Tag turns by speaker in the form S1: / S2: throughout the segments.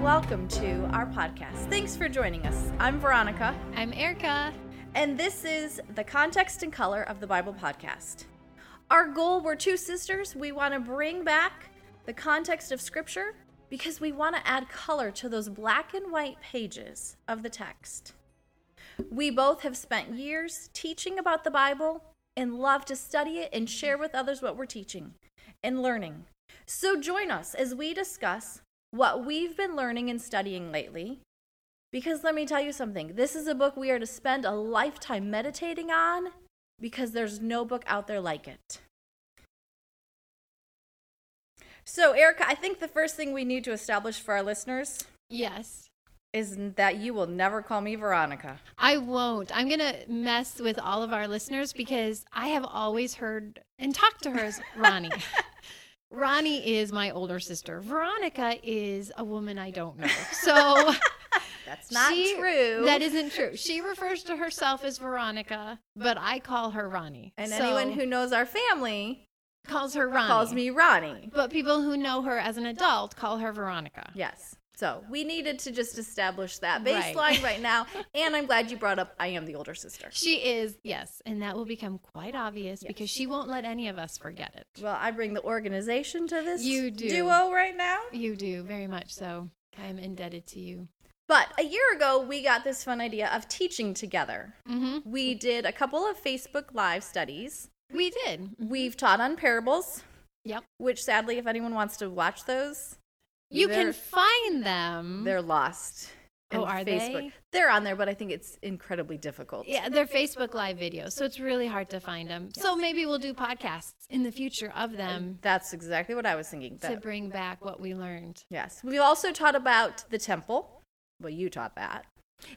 S1: welcome to our podcast. Thanks for joining us. I'm Veronica,
S2: I'm Erica.
S1: and this is the Context and Color of the Bible podcast. Our goal, we're two sisters. We want to bring back the context of Scripture because we want to add color to those black and white pages of the text. We both have spent years teaching about the Bible and love to study it and share with others what we're teaching and learning. So join us as we discuss what we've been learning and studying lately. Because let me tell you something this is a book we are to spend a lifetime meditating on because there's no book out there like it. So, Erica, I think the first thing we need to establish for our listeners
S2: Yes.
S1: is that you will never call me Veronica.
S2: I won't. I'm going to mess with all of our listeners because I have always heard and talked to her as Ronnie. Ronnie is my older sister. Veronica is a woman I don't know. So
S1: That's not
S2: she-
S1: true.
S2: That isn't true. She refers to herself as Veronica, but I call her Ronnie.
S1: And
S2: So,
S1: anyone who knows our family
S2: calls her Ronnie
S1: calls me Ronnie.
S2: But people who know her as an adult call her Veronica.
S1: Yes. So we needed to just establish that
S2: Right.
S1: baseline right, now. And I'm glad you brought up I am the older sister.
S2: She is, yes, and that will become quite obvious because she won't let any of us forget it.
S1: Well, I bring the organization to this
S2: You do.
S1: duo right now.
S2: You do very much so. I'm indebted to you.
S1: But a year ago, we got this fun idea of teaching together.
S2: Mm-hmm.
S1: We did a couple of Facebook Live studies.
S2: We did.
S1: We've taught on parables,
S2: Yep.
S1: which sadly, if anyone wants to watch those,
S2: You
S1: They're-
S2: can find them.
S1: they're lost. in
S2: Mm-hmm. Oh, are
S1: Facebook.
S2: they?
S1: They're on there, but I think it's incredibly difficult.
S2: yeah, they're Facebook Live videos, so it's really hard to find them. So maybe we'll do podcasts in the future of them
S1: That's exactly what I was thinking.
S2: to
S1: That-
S2: bring back what we learned.
S1: yes. We also taught about the temple. Well, you taught that.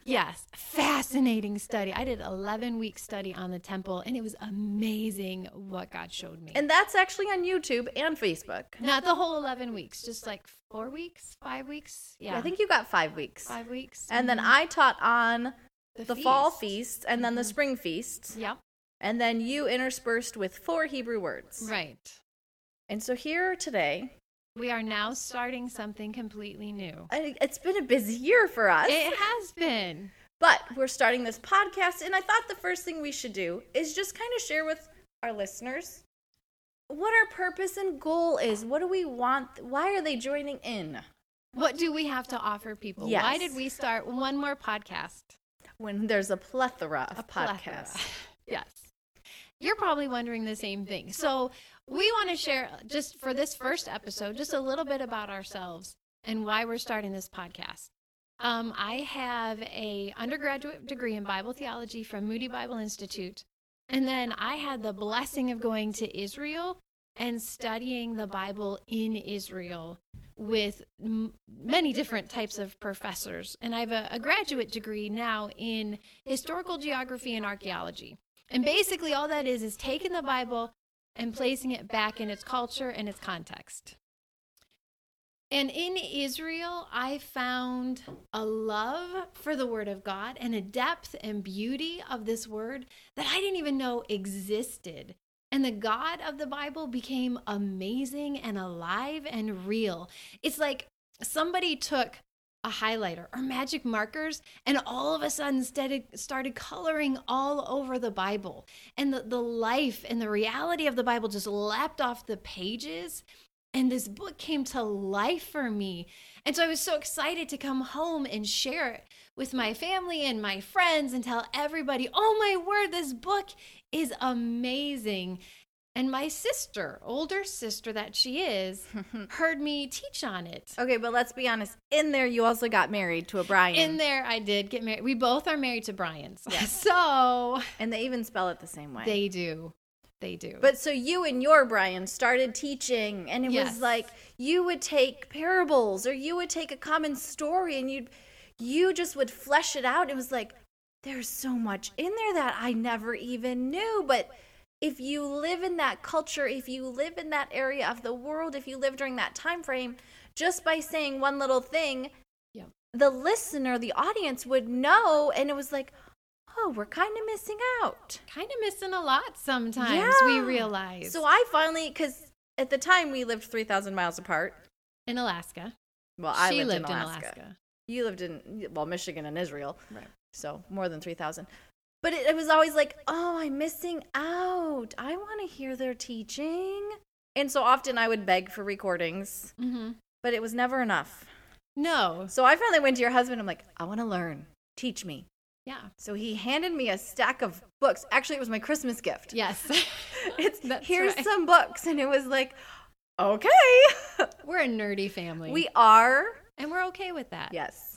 S2: Yes, fascinating study. I did 11 week study on the temple, and it was amazing what God showed me.
S1: And that's actually on YouTube and Facebook.
S2: Not the whole 11 weeks, just like four weeks, five weeks. Yeah,
S1: I think you got five weeks.
S2: five weeks. Mm-hmm.
S1: And then I taught on the, fall feasts and then the
S2: Mhm.
S1: spring feasts.
S2: Yep.
S1: And then you interspersed with four Hebrew words.
S2: Right.
S1: And so here today,
S2: We are now starting something completely new.
S1: I, it's been a busy year for us,
S2: It has been.
S1: but we're starting this podcast. And I thought the first thing we should do is just kind of share with our listeners what our purpose and goal is. What do we want? Why are they joining in?
S2: What do we have to offer people? Why
S1: Yes.
S2: did we start one more podcast?
S1: When there's a plethora of
S2: A plethora.
S1: podcasts.
S2: yes. You're probably wondering the same thing. So, we want to share uh, just for this first episode, just a little bit about ourselves and why we're starting this podcast. Um, I have a undergraduate degree in Bible theology from Moody Bible Institute, and then I had the blessing of going to Israel and studying the Bible in Israel with m- many different types of professors. And I have a, a graduate degree now in historical geography and archaeology. And basically, all that is is taking the Bible and placing it back in its culture and its context. And in Israel, I found a love for the Word of God and a depth and beauty of this Word that I didn't even know existed. And the God of the Bible became amazing and alive and real. It's like somebody took a highlighter or magic markers and all of a sudden started, started coloring all over the Bible. And the, the life and the reality of the Bible just leapt off the pages. And this book came to life for me. And so I was so excited to come home and share it with my family and my friends and tell everybody, oh my word, this book is amazing. And my sister, older sister that she is, heard me teach on it.
S1: Okay, but let's be honest. In there, you also got married to a Brian.
S2: In there, I did get married. We both are married to Brian's. So
S1: and they even spell it the same way.
S2: they do. They do.
S1: but so you and your Brian started teaching, and it
S2: Yes.
S1: was like you would take parables or you would take a common story and you'd, you just would flesh it out. It was like, there's so much in there that I never even knew. But if you live in that culture, if you live in that area of the world, if you live during that time frame, just by saying one little thing,
S2: Yep.
S1: the listener, the audience would know. And it was like, oh, we're kind of missing out.
S2: kind of missing a lot sometimes, we
S1: Yeah.
S2: realize.
S1: So I finally, because at the time we lived 3,000 miles apart.
S2: in Alaska.
S1: Well, I
S2: she
S1: lived,
S2: lived
S1: in, Alaska.
S2: Alaska.
S1: You lived in, well, Michigan and Israel.
S2: Right.
S1: So more than 3,000. But it, it was always like, oh, I'm missing out. I want to hear their teaching. And so often I would beg for recordings,
S2: Mm-hmm.
S1: but it was never enough.
S2: No.
S1: So I finally went to your husband. I'm like, I want to learn. Teach me.
S2: Yeah.
S1: So he handed me a stack of books. Actually, it was my Christmas gift.
S2: Yes.
S1: It's
S2: That's
S1: here's
S2: right.
S1: some books, and it was like, okay,
S2: We're a nerdy family.
S1: we are
S2: and we're okay with that.
S1: yes.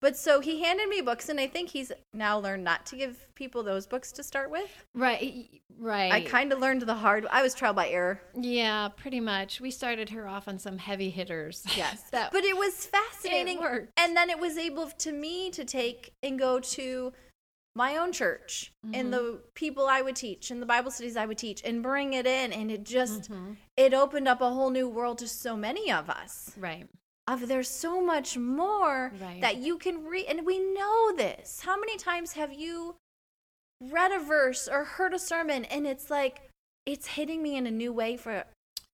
S1: But so he handed me books, and I think he's now learned not to give people those books to start with.
S2: Right. Right.
S1: I kind of learned the hard. I was trial by error.
S2: yeah, pretty much. We started her off on some heavy hitters.
S1: Yes,
S2: that
S1: but it was fascinating.
S2: It worked.
S1: And then it was able to me to take and go to my own church
S2: Mm-hmm.
S1: and the people I would teach and the Bible studies I would teach and bring it in, and it just
S2: Mm-hmm.
S1: it opened up a whole new world to so many of us.
S2: right.
S1: Of there's so much more
S2: Right.
S1: that you can read, and we know this. How many times have you read a verse or heard a sermon, and it's like it's hitting me in a new way for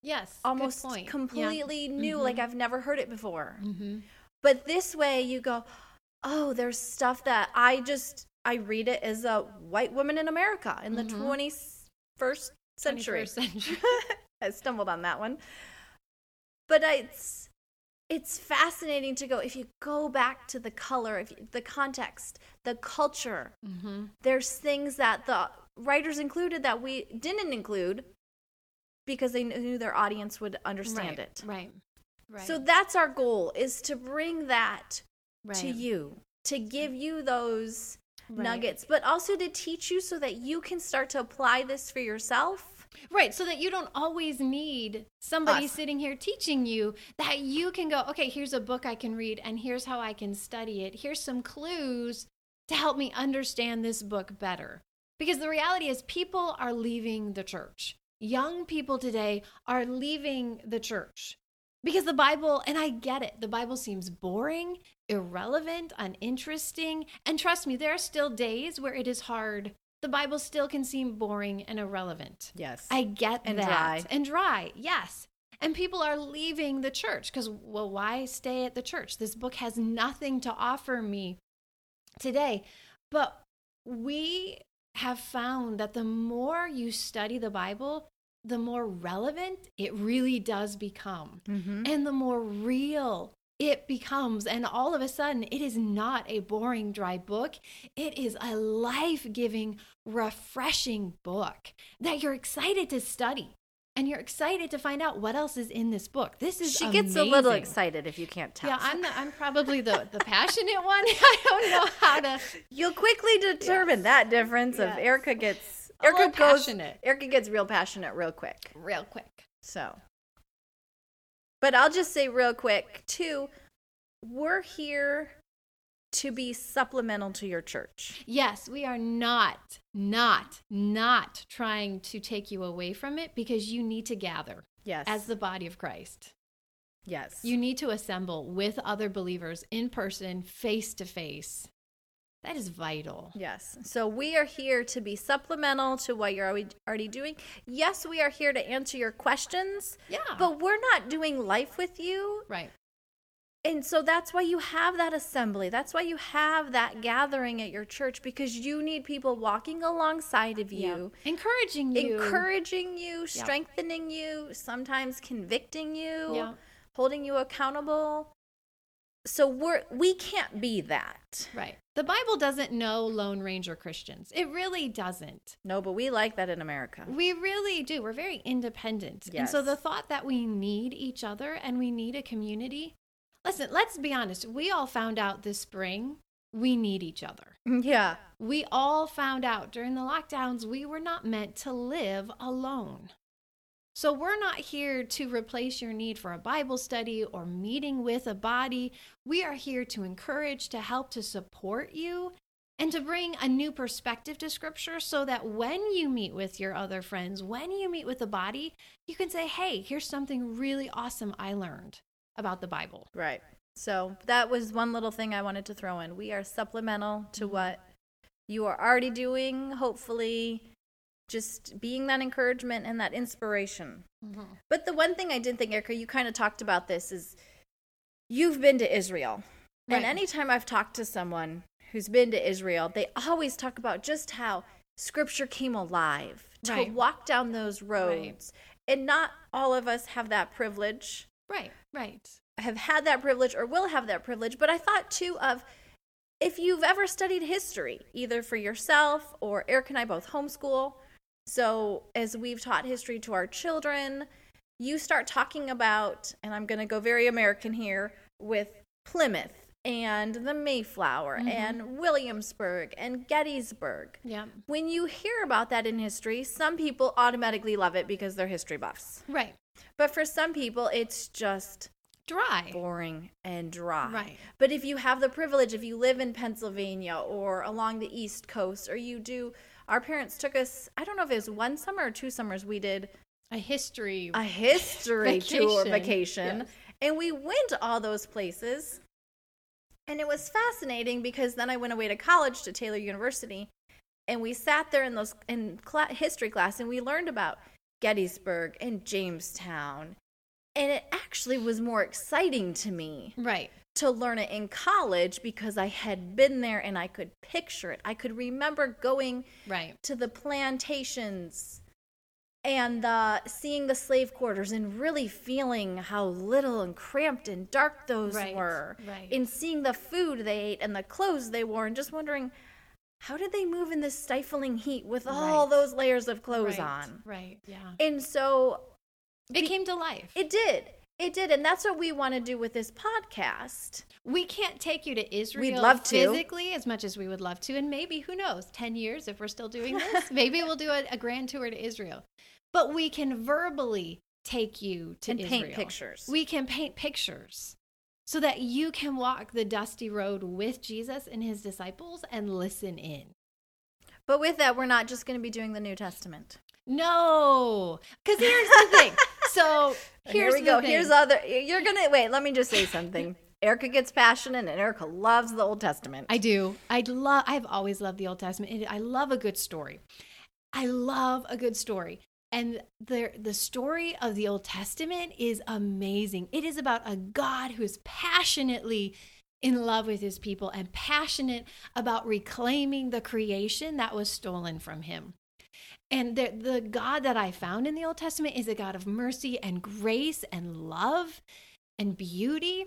S2: Yes. good
S1: almost
S2: point. Yeah. Mm-hmm.
S1: completely new, like I've never heard it before.
S2: Mhm.
S1: But this way you go, oh, there's stuff that I just I read it as a white woman in America in the
S2: Mhm.
S1: 21st century.
S2: 21st century.
S1: I stumbled on that one. But I- it's it's fascinating to go if you go back to the color, if you, the context, the culture.
S2: mm-hmm.
S1: There's things that the writers included that we didn't include because they knew their audience would understand
S2: right.
S1: it.
S2: Right. Right.
S1: So that's our goal is to bring that
S2: right.
S1: to you to give you those
S2: Right.
S1: nuggets but also to teach you so that you can start to apply this for yourself
S2: Right, so that you don't always need somebody
S1: Us.
S2: sitting here teaching you that you can go, okay, here's a book I can read and here's how I can study it. Here's some clues to help me understand this book better. Because the reality is people are leaving the church. Young people today are leaving the church. Because the Bible, and I get it, the Bible seems boring, irrelevant, uninteresting. And trust me, there are still days where it is hard. The Bible still can seem boring and irrelevant.
S1: yes
S2: I get
S1: And
S2: that.
S1: dry.
S2: And dry, yes. And people are leaving the church because, well, why stay at the church? This book has nothing to offer me today. But we have found that the more you study the Bible, the more relevant it really does become
S1: mm-hmm.
S2: and the more real it becomes. And all of a sudden, it is not a boring, dry book. It is a life giving, refreshing book that you're excited to study and you're excited to find out what else is in this book. This is
S1: she gets a little
S2: amazing.
S1: excited if you can't tell
S2: Yeah, I'm, the, I'm probably the, the passionate one. I don't know how to.
S1: you'll quickly determine that difference
S2: Yes.
S1: of erica gets
S2: A little
S1: erica goes
S2: passionate.
S1: erica gets real passionate real quick
S2: Real quick.
S1: So, but I'll just say real quick, too, we're here to be supplemental to your church.
S2: Yes, we are not, not, not trying to take you away from it because you need to gather
S1: Yes.
S2: as the body of Christ.
S1: yes.
S2: You need to assemble with other believers in person, face to face. That is vital.
S1: yes. So we are here to be supplemental to what you're alwe- already doing. Yes, we are here to answer your questions,
S2: Yeah.
S1: but we're not doing life with you.
S2: right.
S1: And so that's why you have that assembly. That's why you have that gathering at your church because you need people walking alongside of you.
S2: Encouraging you.
S1: encouraging you, strengthening you, sometimes convicting you,
S2: Yeah.
S1: holding you accountable. So we're we can't be that.
S2: Right. The Bible doesn't know Lone Ranger Christians. It really doesn't.
S1: No, but we like that in America.
S2: We really do. We're very independent. And so
S1: Yes.
S2: the thought that we need each other and we need a community. Listen, let's be honest. We all found out this spring we need each other.
S1: Yeah.
S2: We all found out during the lockdowns we were not meant to live alone. So we're not here to replace your need for a Bible study or meeting with a body. We are here to encourage, to help, to support you, and to bring a new perspective to Scripture so that when you meet with your other friends, when you meet with the body, you can say, hey, here's something really awesome I learned about the Bible.
S1: Right. So that was one little thing I wanted to throw in. We are supplemental
S2: Mm-hmm.
S1: to what you are already doing, hopefully just being that encouragement and that inspiration.
S2: Mm-hmm.
S1: But the one thing I did think, Erica, you kind of talked about this is you've been to Israel. And
S2: Right.
S1: anytime I've talked to someone who's been to Israel, they always talk about just how scripture came alive to
S2: Right.
S1: walk down those roads. And not all of us have that privilege,
S2: Right, right.
S1: have had that privilege, or will have that privilege. But I thought too of if you've ever studied history, either for yourself or Eric and I both homeschool. So as we've taught history to our children, you start talking about, and I'm going to go very American here, with Plymouth and the Mayflower and Williamsburg and Gettysburg.
S2: Yeah.
S1: When you hear about that in history, some people automatically love it because they're history buffs.
S2: Right.
S1: But for some people, it's just
S2: Dry.
S1: boring and dry.
S2: Right.
S1: But if you have the privilege, if you live in Pennsylvania or along the East Coast, or you do, our parents took us, I don't know if it was one summer or two summers, we did
S2: A history.
S1: a history tour
S2: Vacation.
S1: vacation.
S2: Yes.
S1: And we went to all those places. And it was fascinating because then I went away to college to Taylor University and we sat there in those in cla history class and we learned about Gettysburg and Jamestown. And it actually was more exciting to me
S2: right.
S1: to learn it in college because I had been there and I could picture it. I could remember going
S2: Right.
S1: to the plantations and the, seeing the slave quarters and really feeling how little and cramped and dark those
S2: Right,
S1: were.
S2: right.
S1: And seeing the food they ate and the clothes they wore and just wondering how did they move in this stifling heat with all
S2: Right.
S1: those layers of clothes
S2: right.
S1: on?
S2: Right. Yeah.
S1: And so
S2: It came to life.
S1: it did. It did. And that's what we want to do with this podcast.
S2: we can't take you to Israel
S1: love to.
S2: physically as much as we would love to. And maybe, who knows, 10 years if we're still doing this, maybe we'll do a, a grand tour to Israel. But we can verbally take you to
S1: And
S2: Israel.
S1: paint pictures.
S2: We can paint pictures so that you can walk the dusty road with Jesus and his disciples and listen in.
S1: But with that, we're not just going to be doing the New Testament.
S2: No, because here's the thing. So
S1: Here
S2: here's
S1: we
S2: the
S1: go.
S2: Thing.
S1: Here's other. You're gonna wait. Let me just say something. Erica gets passionate, and Erica loves the Old Testament.
S2: I do. I love. I've always loved the Old Testament. and I love a good story. I love a good story. And the the story of the Old Testament is amazing. It is about a God who is passionately in love with his people and passionate about reclaiming the creation that was stolen from him. And the, the God that I found in the Old Testament is a God of mercy and grace and love and beauty.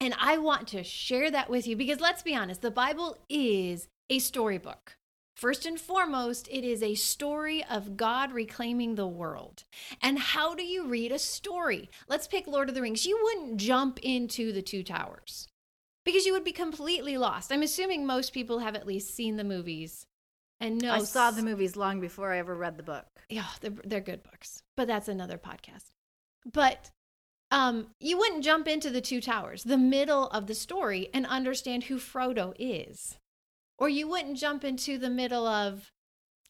S2: And I want to share that with you because let's be honest, the Bible is a storybook. First and foremost, it is a story of God reclaiming the world. And how do you read a story? Let's pick Lord of the Rings. You wouldn't jump into the Two Towers because you would be completely lost. I'm assuming most people have at least seen the movies and know
S1: I saw the movies long before I ever read the book.
S2: yeah, they're, they're good books, but that's another podcast. But um, you wouldn't jump into the two towers, the middle of the story, and understand who Frodo is, or you wouldn't jump into the middle of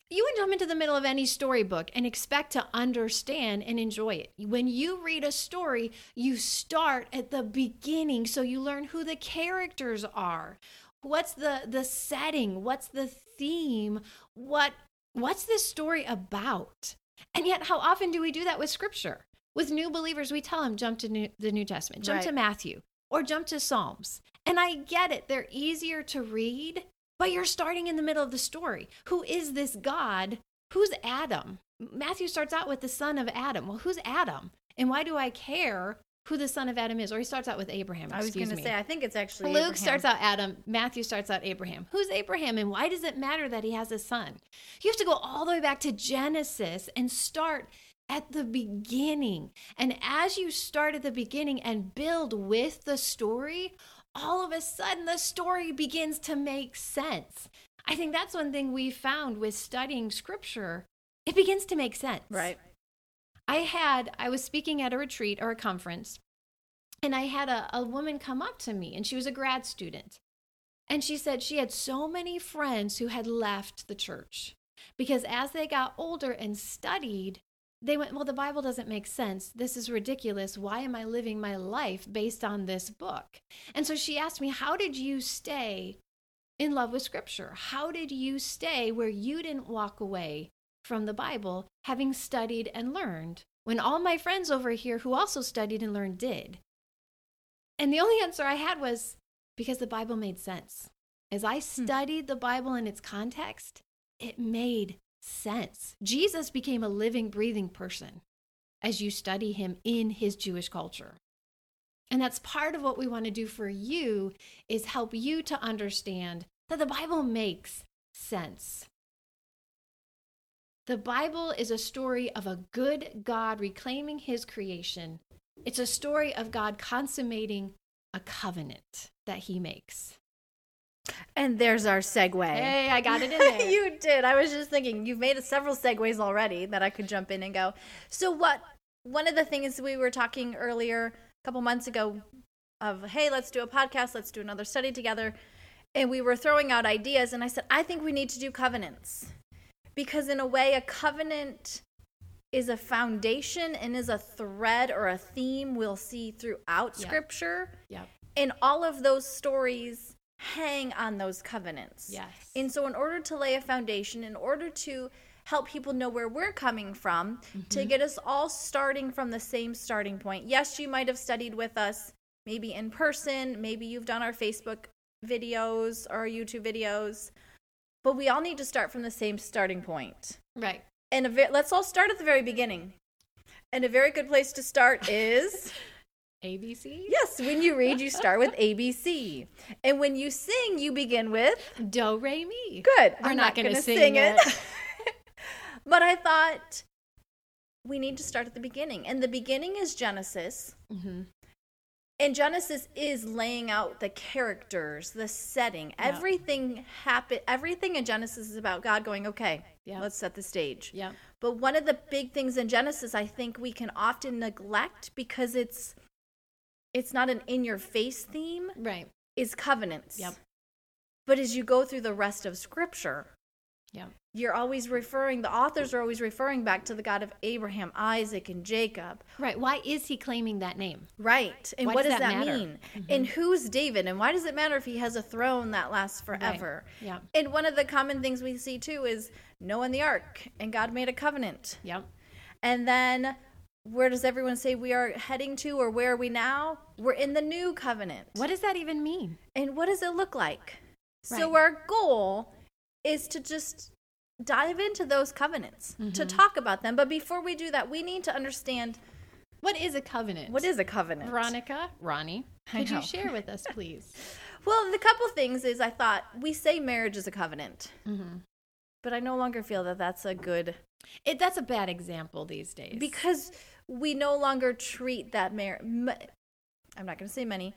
S2: you wouldn't jump into the middle of any storybook and expect to understand and enjoy it. When you read a story, you start at the beginning so you learn who the characters are. What's the the setting? What's the theme? What what's this story about? And yet how often do we do that with scripture? With new believers, we tell them jump to new, the New Testament, jump to
S1: Right.
S2: Matthew, or jump to Psalms. And I get it. They're easier to read but you're starting in the middle of the story. Who is this God? Who's Adam? Matthew starts out with the son of Adam. Well, who's Adam? And why do I care who the son of Adam is? Or he starts out with Abraham.
S1: I was
S2: excuse
S1: gonna
S2: me.
S1: say. I think it's actually
S2: Luke
S1: Abraham.
S2: starts out Adam, Matthew starts out Abraham. Who's Abraham and why does it matter that he has a son? You have to go all the way back to Genesis and start at the beginning. And as you start at the beginning and build with the story, all of a sudden the story begins to make sense. I think that's one thing we found with studying scripture. It begins to make sense.
S1: right.
S2: I had, I was speaking at a retreat or a conference, and I had a, a woman come up to me, and she was a grad student. And she said she had so many friends who had left the church because as they got older and studied, they went, Well, the Bible doesn't make sense. This is ridiculous. Why am I living my life based on this book? And so she asked me, How did you stay in love with Scripture? How did you stay where you didn't walk away from the Bible, having studied and learned, when all my friends over here who also studied and learned did? And the only answer I had was, because the Bible made sense. As I studied the Bible in its context, it made sense. Jesus became a living, breathing person as you study him in his Jewish culture. And that's part of what we want to do for you is help you to understand that the Bible makes sense. The Bible is a story of a good God reclaiming his creation. It's a story of God consummating a covenant that he makes.
S1: And there's our segue.
S2: Hey, I got it in there.
S1: you did. I was just thinking you've made several segues already that I could jump in and go. So what? One of the things we were talking earlier a couple months ago of hey, let's do a podcast, let's do another study together, and we were throwing out ideas, and I said I think we need to do covenants because in a way a covenant is a foundation and is a thread or a theme we'll see throughout
S2: Yeah.
S1: scripture
S2: yep.
S1: and all of those stories hang on those covenants.
S2: Yes.
S1: And so, in order to lay a foundation, in order to help people know where we're coming from, to get us all starting from the same starting point. Yes, you might have studied with us, maybe in person, maybe you've done our Facebook videos or YouTube videos, but we all need to start from the same starting point.
S2: Right.
S1: And a ve- let's all start at the very beginning. And a very good place to start is.
S2: ABC?
S1: Yes, when you read, you start with ABC. And when you sing, you begin with
S2: Do re mi.
S1: good.
S2: We're
S1: I'm
S2: not gonna
S1: gonna
S2: sing it.
S1: but I thought we need to start at the beginning. And the beginning is Genesis.
S2: Mm-hmm.
S1: And Genesis is laying out the characters, the setting.
S2: Yeah.
S1: Everything happen everything in Genesis is about God going, okay,
S2: Yeah.
S1: let's set the stage.
S2: Yep.
S1: But one of the big things in Genesis I think we can often neglect because it's it's not an in your face theme
S2: Right.
S1: is covenants.
S2: Yep.
S1: But as you go through the rest of scripture,
S2: Yep.
S1: you're always referring the authors are always referring back to the God of Abraham, Isaac, and Jacob.
S2: Right. Why is he claiming that name?
S1: Right. And
S2: Why
S1: what
S2: does
S1: does,
S2: that
S1: that,
S2: matter? Mm-hmm.
S1: mean? And who's David? And why does it matter if he has a throne that lasts forever?
S2: Yep.
S1: And one of the common things we see too is Noah and the ark, and God made a covenant.
S2: Yep.
S1: And then where does everyone say we are heading to or where are we now? We're in the new covenant.
S2: What does that even mean?
S1: And what does it look like? So
S2: Right.
S1: our goal is to just dive into those covenants, to
S2: Mm-hmm.
S1: talk about them. But before we do that, we need to understand
S2: What is a covenant?
S1: what is a covenant.
S2: Veronica? Ronnie?
S1: I
S2: Could you
S1: know.
S2: share with us, please?
S1: Well, the couple things is I thought we say marriage is a covenant, but I no longer feel that that's a good
S2: It, that's a bad example these days.
S1: because we no longer treat that marriage. M- I'm not going to say many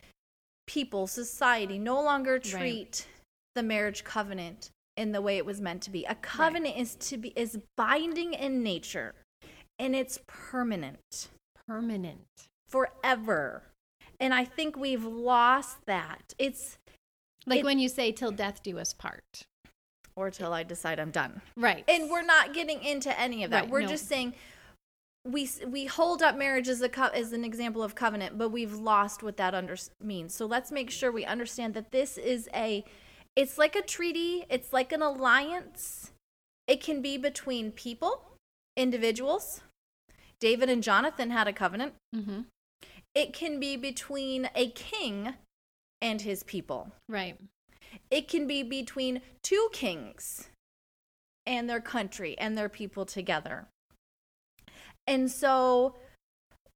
S1: people, society no longer treat the marriage covenant in the way it was meant to be. A covenant is to be is binding in nature, and it's permanent
S2: permanent.
S1: forever. And I think we've lost that. It's
S2: Like
S1: It-
S2: when you say, till death do us part.
S1: or till I decide I'm done.
S2: Right.
S1: and we're not getting into any of that.
S2: Right,
S1: we're
S2: no.
S1: just saying we s- we hold up marriage as a co- as an example of covenant, but we've lost what that under- means. So let's make sure we understand that this is a it's like a treaty, it's like an alliance. It can be between people, individuals. David and Jonathan had a covenant.
S2: hmm
S1: It can be between a king and his people.
S2: Right.
S1: It can be between two kings and their country and their people together. And so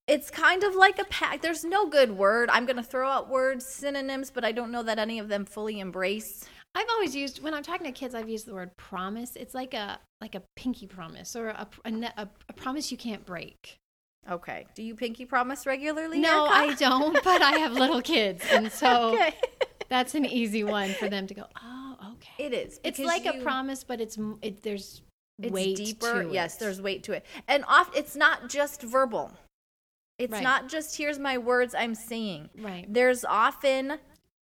S1: it's kind of like a pact. There's no good word. I'm going to throw out words, synonyms, but I don't know that any of them fully embrace.
S2: I've always used when I'm talking to kids. I've used the word promise. It's like a like a pinky promise or a a, ne- a, a promise you can't break.
S1: Okay. Do you pinky promise regularly?
S2: No,
S1: Erica?
S2: I don't. But I have little kids, and so
S1: Okay.
S2: that's an easy one for them to go. Oh, okay.
S1: it is.
S2: it's
S1: because
S2: like a
S1: you-
S2: promise, but it's m- it, there's
S1: It's
S2: weight
S1: deeper.
S2: to it.
S1: yes, there's weight to it. And off it's not just verbal. It's
S2: Right.
S1: not just here's my words I'm saying.
S2: right
S1: There's often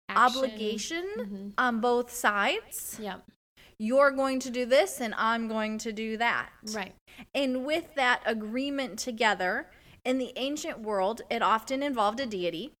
S2: Action. Mm-hmm.
S1: obligation on both sides.
S2: Yep.
S1: You're going to do this and I'm going to do that.
S2: Right.
S1: And with that agreement together, in the ancient world, it often involved a deity.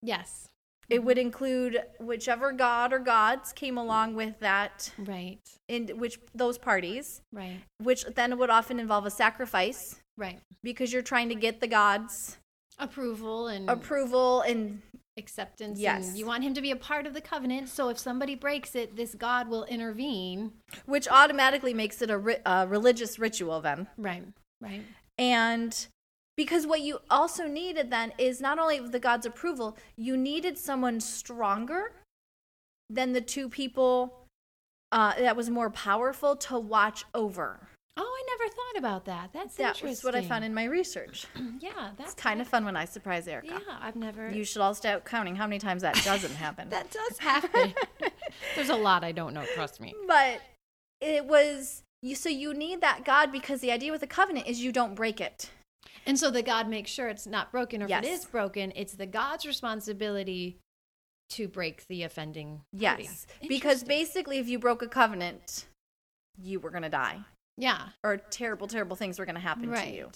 S2: Yes.
S1: It would
S2: Mm-hmm.
S1: include whichever god or gods came along with that
S2: Right.
S1: in which those parties,
S2: Right.
S1: which then would often involve a sacrifice
S2: Right.
S1: because you're trying to get the gods
S2: Approval and
S1: approval and
S2: acceptance.
S1: Yes.
S2: And you want him to be a part of the covenant. So if somebody breaks it, this God will intervene.
S1: which automatically makes it a, ri- a religious ritual then.
S2: Right. Right.
S1: And because what you also needed then is not only the God's approval, you needed someone stronger than the two people uh, that was more powerful to watch over.
S2: Oh, I never thought about that. That's
S1: That
S2: interesting.
S1: was what I found in my research.
S2: yeah, that's
S1: It's kind of fun when I surprise Erica.
S2: Yeah, I've never.
S1: You should all start counting how many times that doesn't happen.
S2: that does happen. There's a lot I don't know. Trust me.
S1: but it was you. So you need that God because the idea with the covenant is you don't break it.
S2: And so the God makes sure it's not broken, or if it
S1: Yes.
S2: is broken, it's the God's responsibility to break the offending. party.
S1: Yes, because
S2: Interesting.
S1: basically, if you broke a covenant, you were gonna die,
S2: yeah,
S1: or terrible, terrible things were gonna happen
S2: right.
S1: to you.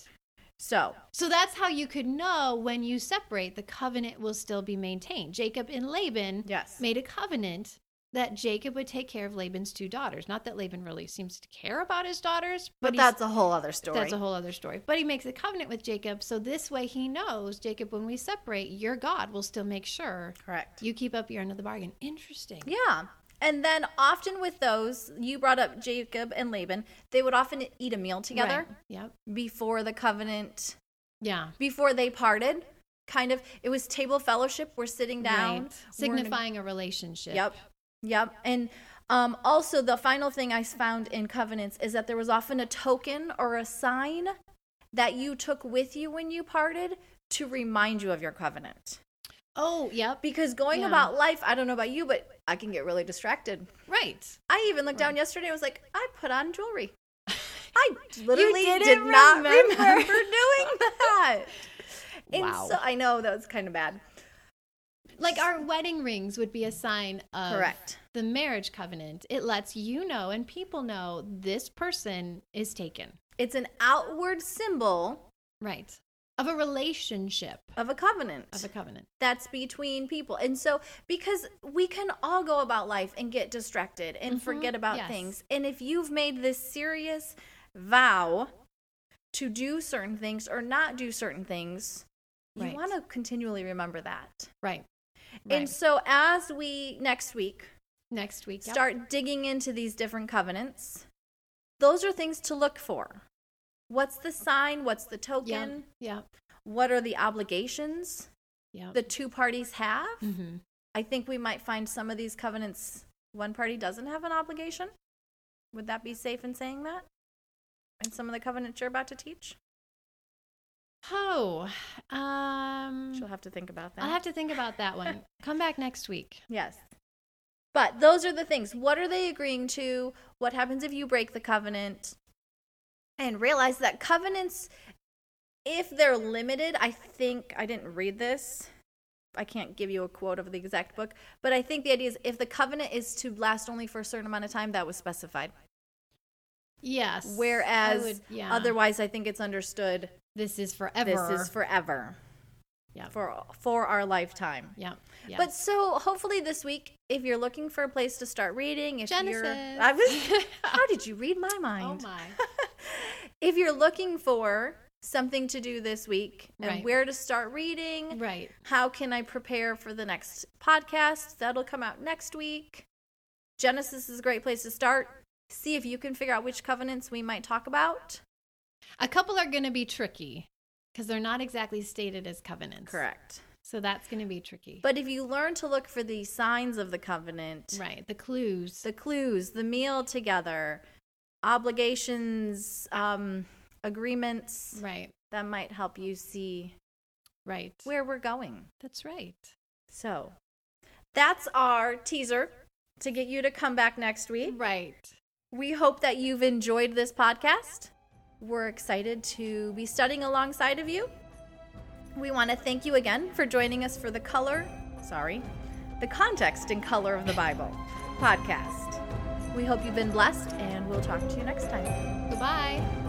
S1: So
S2: So that's how you could know when you separate, the covenant will still be maintained. Jacob and Laban
S1: yes,
S2: made a covenant that Jacob would take care of Laban's two daughters. Not that Laban really seems to care about his daughters,
S1: but
S2: but, he's-
S1: that's a whole other story.
S2: That's a whole other story. But he makes a covenant with Jacob. So this way he knows, Jacob, when we separate, your God will still make sure
S1: correct.
S2: you keep up your end of the bargain. Interesting.
S1: yeah, and then often with those, you brought up Jacob and Laban. They would often eat a meal together
S2: Right. Yep.
S1: before the covenant,
S2: Yeah.
S1: before they parted. Kind of, it was table fellowship. We're sitting down,
S2: Right.
S1: we're neg-
S2: Signifying a relationship.
S1: Yep. Yep. And um, also, the final thing I found in covenants is that there was often a token or a sign that you took with you when you parted to remind you of your covenant.
S2: Oh, yep.
S1: Because going
S2: Yeah.
S1: about life, I don't know about you, but I can get really distracted.
S2: Right.
S1: I even looked down yesterday and was like, I put on jewelry. I literally
S2: didn't
S1: did not
S2: remember.
S1: remember, doing that. And
S2: Wow.
S1: so I know that was kind of bad.
S2: Like our wedding rings would be a sign of
S1: Correct.
S2: the marriage covenant. It lets you know and people know this person is taken.
S1: It's an outward symbol
S2: Right. Of a relationship,
S1: of a covenant.
S2: of a covenant.
S1: that's between people. And so, because we can all go about life and get distracted and
S2: Mhm,
S1: forget about
S2: yes.
S1: things. And if you've made this serious vow to do certain things or not do certain things,
S2: Right.
S1: you want to continually remember that.
S2: Right.
S1: And
S2: Right.
S1: so, as we next week
S2: Next week. yep.
S1: start digging into these different covenants, those are things to look for. What's the sign? What's the
S2: Yeah.
S1: token?
S2: Yeah.
S1: What are the obligations
S2: Yeah.
S1: the two parties have?
S2: hmm
S1: I think we might find some of these covenants one party doesn't have an obligation. Would that be safe in saying that? And some of the covenants you're about to teach?
S2: Oh, um,
S1: She'll have to think about that.
S2: I'll have to think about that one. Come back next week.
S1: yes. But those are the things. What are they agreeing to? What happens if you break the covenant? And realize that covenants, if they're limited, I think, I didn't read this. I can't give you a quote of the exact book, but I think the idea is if the covenant is to last only for a certain amount of time, that was specified.
S2: Yes. I
S1: Whereas
S2: would- yeah,
S1: otherwise, I think it's understood
S2: this is forever.
S1: this is forever
S2: yeah,
S1: for for our lifetime.
S2: yeah, yeah.
S1: But so hopefully this week, if you're looking for a place to start reading, if
S2: Genesis.
S1: you're I was how did you read my
S2: oh
S1: mind?
S2: my.
S1: If you're looking for something to do this week and
S2: Right.
S1: where to start reading,
S2: Right.
S1: how can I prepare for the next podcast that'll come out next week? Genesis is a great place to start. See if you can figure out which covenants we might talk about.
S2: A couple are going to be tricky because they're not exactly stated as covenants.
S1: Correct.
S2: So that's going to be tricky.
S1: But if you learn to look for the signs of the covenant,
S2: right, the clues.
S1: the clues, the meal together, obligations, um, agreements,
S2: right,
S1: that might help you see
S2: right.
S1: where we're going.
S2: that's right.
S1: So that's our teaser to get you to come back next week.
S2: Right.
S1: We hope that you've enjoyed this podcast. We're excited to be studying alongside of you. We want to thank you again for joining us for the color, sorry, the context and color of the Bible podcast. We hope you've been blessed, and we'll talk to you next time.
S2: Goodbye.